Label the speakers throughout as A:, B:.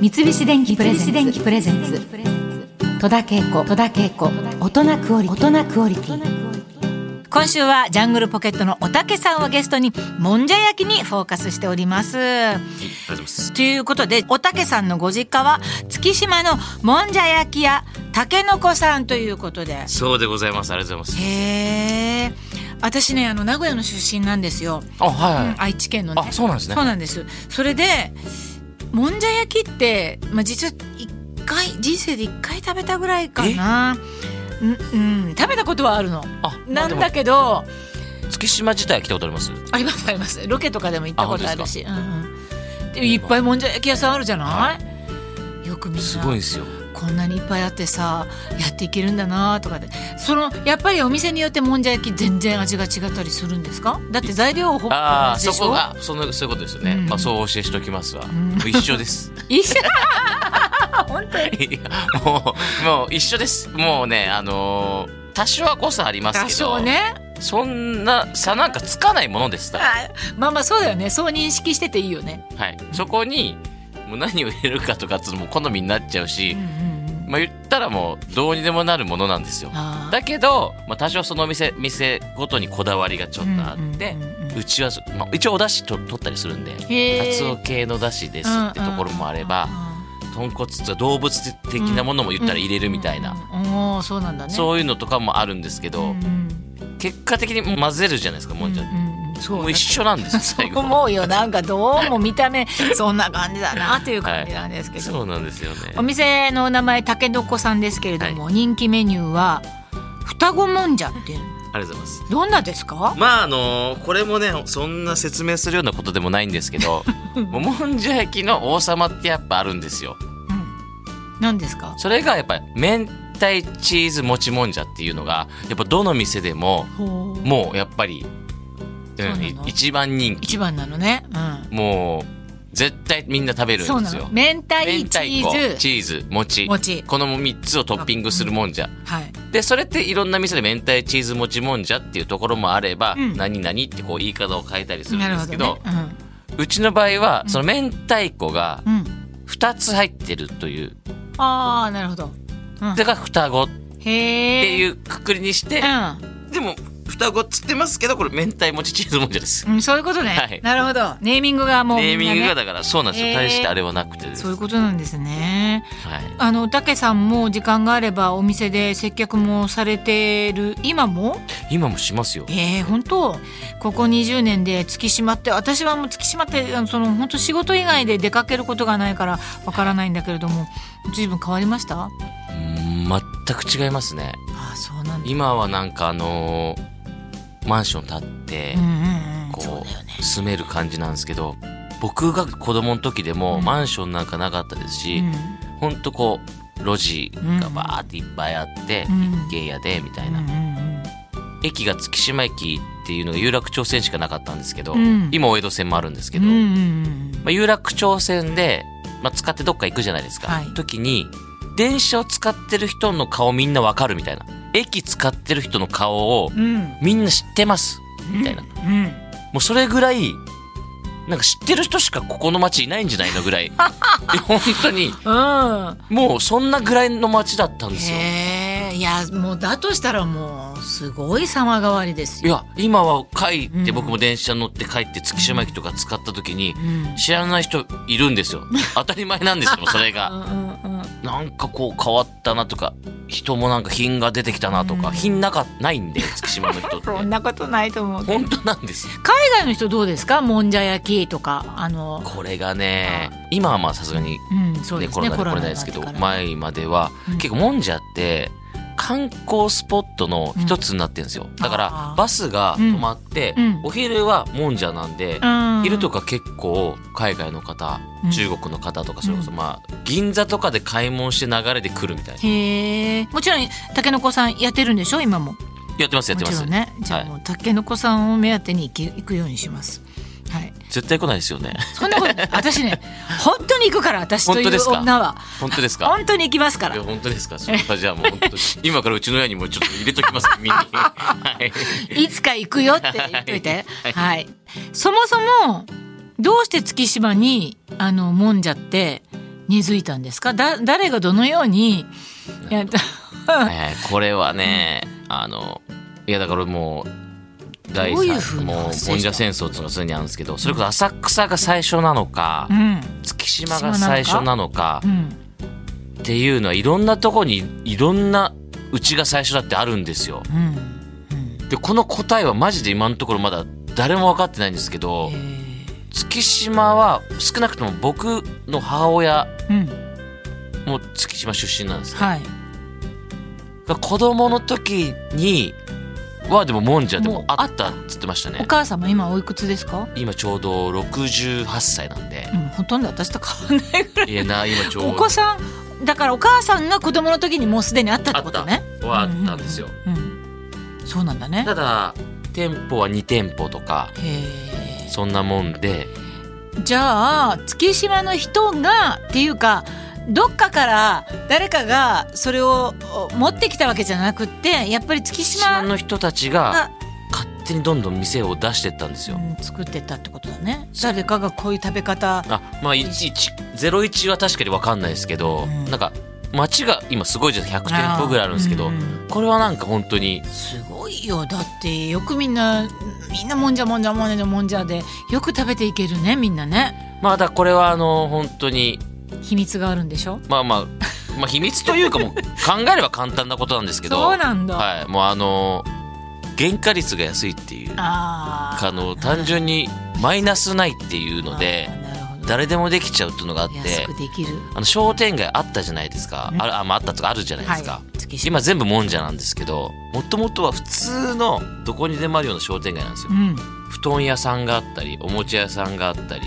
A: 三菱電機プレゼンツ戸田恵子戸田恵子大人クオリティ大人クオリティ今週はジャングルポケットのおたけさんをゲストにもんじゃ焼きにフォーカスしております。
B: りがとうございます。
A: ということでおたけさんのご実家は月島のもんじゃ焼き屋たけのこさんということで
B: そうでございます。ありがとうございます。
A: へえ私ねあの名古屋の出身なんですよ
B: あ、はい、はい。
A: 愛知県のね
B: あそうなんですね
A: そうなんですそれでもんじゃ焼きって、まあ、実は一回人生で一回食べたぐらいかなうん、うん、食べたことはあるの
B: あま
A: な
B: あで
A: ん
B: も
A: だけど
B: 月島自体は来たことあります。
A: ありますありますロケとかでも行ったことあるしうんうんでい
B: い
A: っぱいもんじゃ焼き屋さんあるじゃない、よくみん
B: すごい
A: な
B: ですよ。
A: こんなにいっぱいあってさやっていけるんだなとかでそのやっぱりお店によってもんじゃ焼き全然味が違ったりするんですかだって材料ほぼ同
B: ああ、
A: じで
B: そ
A: し
B: こ
A: ょ
B: が、その、そういうことですよね。
A: うん
B: まあ、そうお教えしておきますわ。もう一 緒です。
A: 一緒本当に
B: いやもう、もう一緒です。もうね、あのー多少は誤差あります
A: 多
B: けど。
A: 少ね
B: そんな差なんかつかないものですから。
A: あまあまあそうだよねそう認識してていいよね、
B: はい。そこに、もう何を入れるかとかっていうのも好みになっちゃうし
A: うん、うんうん、
B: まあ言ったらもうどうにでもなるものなんですよ。
A: あ
B: だけど、まあ、多少その店店ごとにこだわりがちょっとあって、
A: う
B: うん
A: うんうんうん
B: ちはそ、まあ、一応お出汁と取ったりするんでカ
A: へー
B: ツオ系の出汁ですってところもあれば豚骨と動物的なものも言ったら入れるみたいな、
A: うんうんうんおーそうなんだねう
B: そういうのとかもあるんですけど、
A: んうん
B: 結果的にもう混ぜるじゃないですかもんじゃって、
A: うんうんそう
B: もう一緒な んですよ最後
A: 思うよなんかどうも見た目そんな感じだなっていう感じなんですけど、
B: そうなんですよね
A: お店のお名前たけのこさんですけれども、人気メニューは双子もんじゃっていう
B: ありがとうございます
A: どんなですか、
B: まああのこれもねそんな説明するようなことでもないんです けどもうもんじゃ焼きの王様ってやっぱあるんですよ
A: うん、何ですか
B: それがやっぱり明太チーズもちもんじゃっていうのがやっぱどの店でも
A: ほう
B: もうやっぱり、う、
A: そうなんの
B: い一番人気
A: 一番なのね、うん、
B: もう絶対みんな食べる
A: そうん
B: で
A: な
B: す
A: の
B: よ
A: 明太
B: 明太
A: チ
B: 子
A: ーズ
B: チーズ餅
A: 餅
B: この3つをトッピングするもんじゃ
A: はい
B: でそれっていろんな店で明太チーズもちもんじゃっていうところもあれば、
A: うん
B: 何々ってこう言い方を変えたりするん
A: なる
B: で
A: ほ
B: すけ
A: ど
B: ど
A: ね
B: うちの場合はその明太子が
A: うん、うん、
B: 2つ入ってるという
A: ああなるほど、うん
B: それが双子っ
A: へ
B: て
A: え
B: いうくくりにして、
A: う
B: でも双子っつってますけどこれ明太もちチーズもんじゃです
A: ん、うん、そういうことね、
B: はい
A: なるほどネーミングがもう
B: ネ
A: み
B: ー
A: んな
B: ミング
A: ね
B: がだからそうなんです
A: へー
B: よ大してあれはなくてです
A: そういうことなんですね
B: はい
A: あのたけさんも時間があればお店で接客もされてる今も
B: 今もしますよ
A: ええ本当ここ20年で月島って私はもう月島ってあのその本当仕事以外で出かけることがないからわからないんだけれども随分変わりましたあ
B: うーん全く違いますね
A: あそうなんだ
B: 今はなんかあのーマンション建って
A: うんうんうんそう
B: こ
A: だよね
B: う住める感じなんですけど僕が子供の時でも
A: うん
B: マンションなんかなかったですし
A: う
B: ほんとこう路地がバーっていっぱいあって
A: うん
B: 一軒家でみたい
A: んう
B: なん
A: うん
B: 駅が月島駅っていうのが有楽町線しかなかったんですけど
A: うん
B: 今大江戸線もあるんですけ
A: うん
B: ど
A: うんうん
B: まあ、有楽町線で、まあ、使ってどっか行くじゃないですか、
A: はい
B: 時に電車を使ってる人の顔みんなわかるみたいな駅使ってる人の顔を
A: うん
B: みんな知ってますみたいな、も
A: うん
B: うそれぐらいなんか知ってる人しかここの街いないんじゃないの ぐらい本当に
A: うん
B: もうそんなぐらいの街だったんですよ
A: へえいやもうだとしたらもうすごい様変わりです
B: い
A: よ
B: や今は帰って
A: うん
B: 僕も電車乗って帰って月島駅とか使った時に
A: うん
B: 知らない人いるんですよ当たり前なんですよそれが
A: うんうんうん
B: なんかこう変わったなとか人もなんか品が出てきたなとか、
A: うん
B: 品なかないんで月島の人って
A: そんなことないと思う海
B: 本当なんです
A: 外の人どうですかもんじゃ焼きとかあの
B: これがね今はまあさすがに、ね
A: うんそうです
B: コ
A: ね
B: ロナで来れないですけど
A: コロナになって
B: 前までは、
A: うん
B: 結構もんじゃって観光スポットの一つになってるんですよ、だか
A: あ
B: ら
A: ー
B: バスが止まって、
A: うんうん
B: お昼はもんじゃなんで、
A: からうん
B: 昼とか結構海外の方、
A: うん
B: 中国の方とかそれこそ
A: うん
B: まあ銀座とかで買い物して流れてくるみたいな、
A: へえもちろんたけのこさんやってるんでしょ今も
B: やってますやってま
A: もち
B: す、
A: ろんねじゃあ
B: はい
A: もうたけのこさんを目当てに行き行くようにしますはい
B: 絶対来ないですよね
A: そんなこと 私ね本当に行くから私とい
B: 本当です
A: う
B: か
A: 女は
B: 本当ですか
A: 本当に行きますか
B: いや
A: ら
B: 本当ですか。それはじゃあもう本当 に今からうちの親にもちょっと入れときます。耳に。はい。
A: いつか行くよって言っといては、
B: はいい
A: そもそもどうして月島にあのもんじゃって根付いたんですかだ誰がどのようにやった
B: えーこれはね、あのいやだからもう第
A: どういうふう
B: 三
A: に
B: もう
A: 発生した
B: 本社戦争っていうのが常にあるんですけどそれこそ浅草が最初なのか、
A: うん
B: 月島が最初なのか
A: うん
B: っていうのはいろんなとこにいろんなうちが最初だってあるんですよ。
A: うん
B: でこの答えはマジで今のところまだ誰も分かってないんですけ
A: うん
B: ど
A: え
B: 月島は少なくとも僕の母親
A: ーうん
B: も月島出身なんですね
A: はい
B: が子供の時にはでももんじゃでもあったっつってました
A: お
B: ね
A: 母様今おいくつですか
B: 今ちょうど68歳なんで
A: うんほとんど私と変わらないぐらい
B: いやな今ちょうど
A: お子さんだからお母さんが子供の時にもうすでにあったって
B: あ
A: こ
B: っ
A: と
B: た
A: ね
B: はあったんですよ
A: うん、そうなんだね
B: ただ店舗は2店舗とか
A: へ
B: そんなもんで
A: ーじゃあ月島の人がっていうかどっかから誰かがそれをお持ってきたわけじゃなくってやっぱり月
B: 島
A: 島
B: の人たち
A: が
B: が勝手にどんどん店を出してったんですよ
A: うん作ってたってことだね誰かがこういう食べ方
B: あまあ11 01は確かに分かんないですけど、
A: うん
B: なんか街が今すごいじゃん100店舗ぐらいあるんですけど、
A: うんうん
B: これはなんか本当に
A: すごいよだってよくみんなみんなもんじゃもんじゃもんじゃもんじゃでよく食べていけるねみんなね
B: まあだからこれはあの本当に
A: 秘密があるんでしょ
B: まあまあまあ秘密という かもう考えれば簡単なことなんですけど
A: そうなんだ、
B: はい、もうあの原価率が安いっていうあ
A: あー
B: の単純にマイナスないっていうので
A: あーなるほど
B: 誰でもできちゃうっていうのがあって
A: 安くできる
B: あの商店街あったじゃないですかあるあ,、まあ、あったとかあるじゃないですか、
A: はい月島
B: 今全部もんじゃなんですけどもともとは普通のどこにでもあるような商店街なんですよ
A: うん
B: 布団屋さんがあったりおもちゃ屋さんがあったり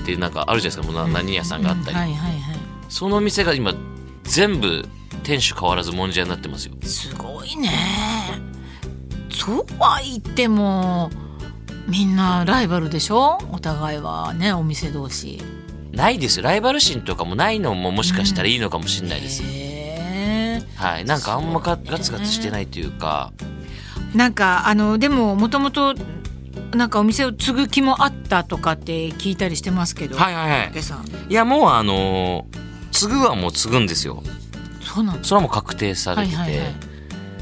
B: ってなんかあるじゃないですかもうな何屋さんがあったり、
A: うんはいはいはい
B: その店が今全部店主変わらずもんじゃになってますよ
A: すごいねそうは言ってもみんなライバルでしょお互いはねお店同士
B: ないですよライバル心とかもないのももしかしたらいいのかもしれないです、
A: へー
B: はいなんかあんまガ
A: そうね
B: ガツガツしてないというか
A: なんかあのでももともとなんかお店を継ぐ気もあったとかって聞いたりしてますけど、
B: はいはいはい
A: 竹さん
B: いやもうあのー継ぐはもう継ぐんですよ
A: そうなんです
B: それはもう確定さ
A: は
B: れ
A: い
B: てて、
A: はいいはい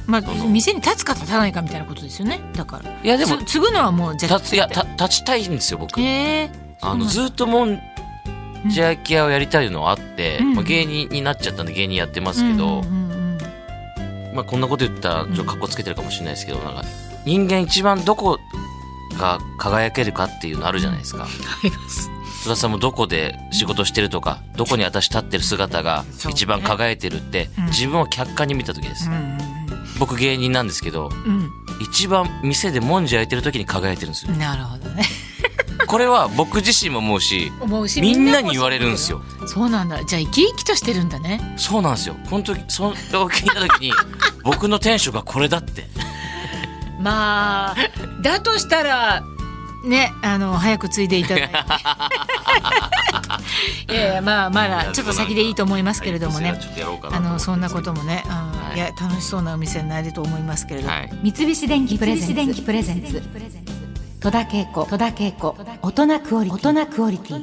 A: まあ
B: その
A: 店に立つか立たないかみたいなことですよねだから
B: やでも
A: つ継ぐのはもう絶対
B: たついやた立ちたいんですよ僕
A: へえ
B: あの
A: そう
B: ずっともんじゃ焼き屋をやりたいのはあって、
A: うん
B: まあ、芸人になっちゃったんで芸人やってます
A: な
B: け
A: んだう
B: ど、
A: んうんうんうん
B: まあ、こんなこと言ったらちょっとかっこつけてるかもしれないですけどなんか人間一番どこが輝けるかっていうのあるじゃないですか
A: あります
B: 津田さんもどこで仕事してるとかどこに私立ってる姿が
A: そうね
B: 一番輝いてるって、
A: うん
B: 自分を客観に見た時です、僕芸人なんですけど
A: うんうん
B: 一番店でもんじゃ焼いてる時に輝いてるんですよ
A: うんなるほどね
B: これは僕自身も思うし
A: 思うし
B: みんな
A: も
B: に言われるんですよ
A: そうなんだじゃあ生き生きとしてるんだね
B: そうなんですよこの時その聞いた時 に僕の店主がこれだって
A: まあだとしたらねあの早く継いでいただ いていやいやまあまだちょっと先でいいと思いますけれどもね、あのそんなこともね、あの
B: はい
A: い、や楽しそうなお店になると思いますけれども、
B: はい
A: 三菱電機プレゼンツ
C: 三菱電機プレゼンツ戸田恵子戸田恵子大人クオリティ大人クオリティ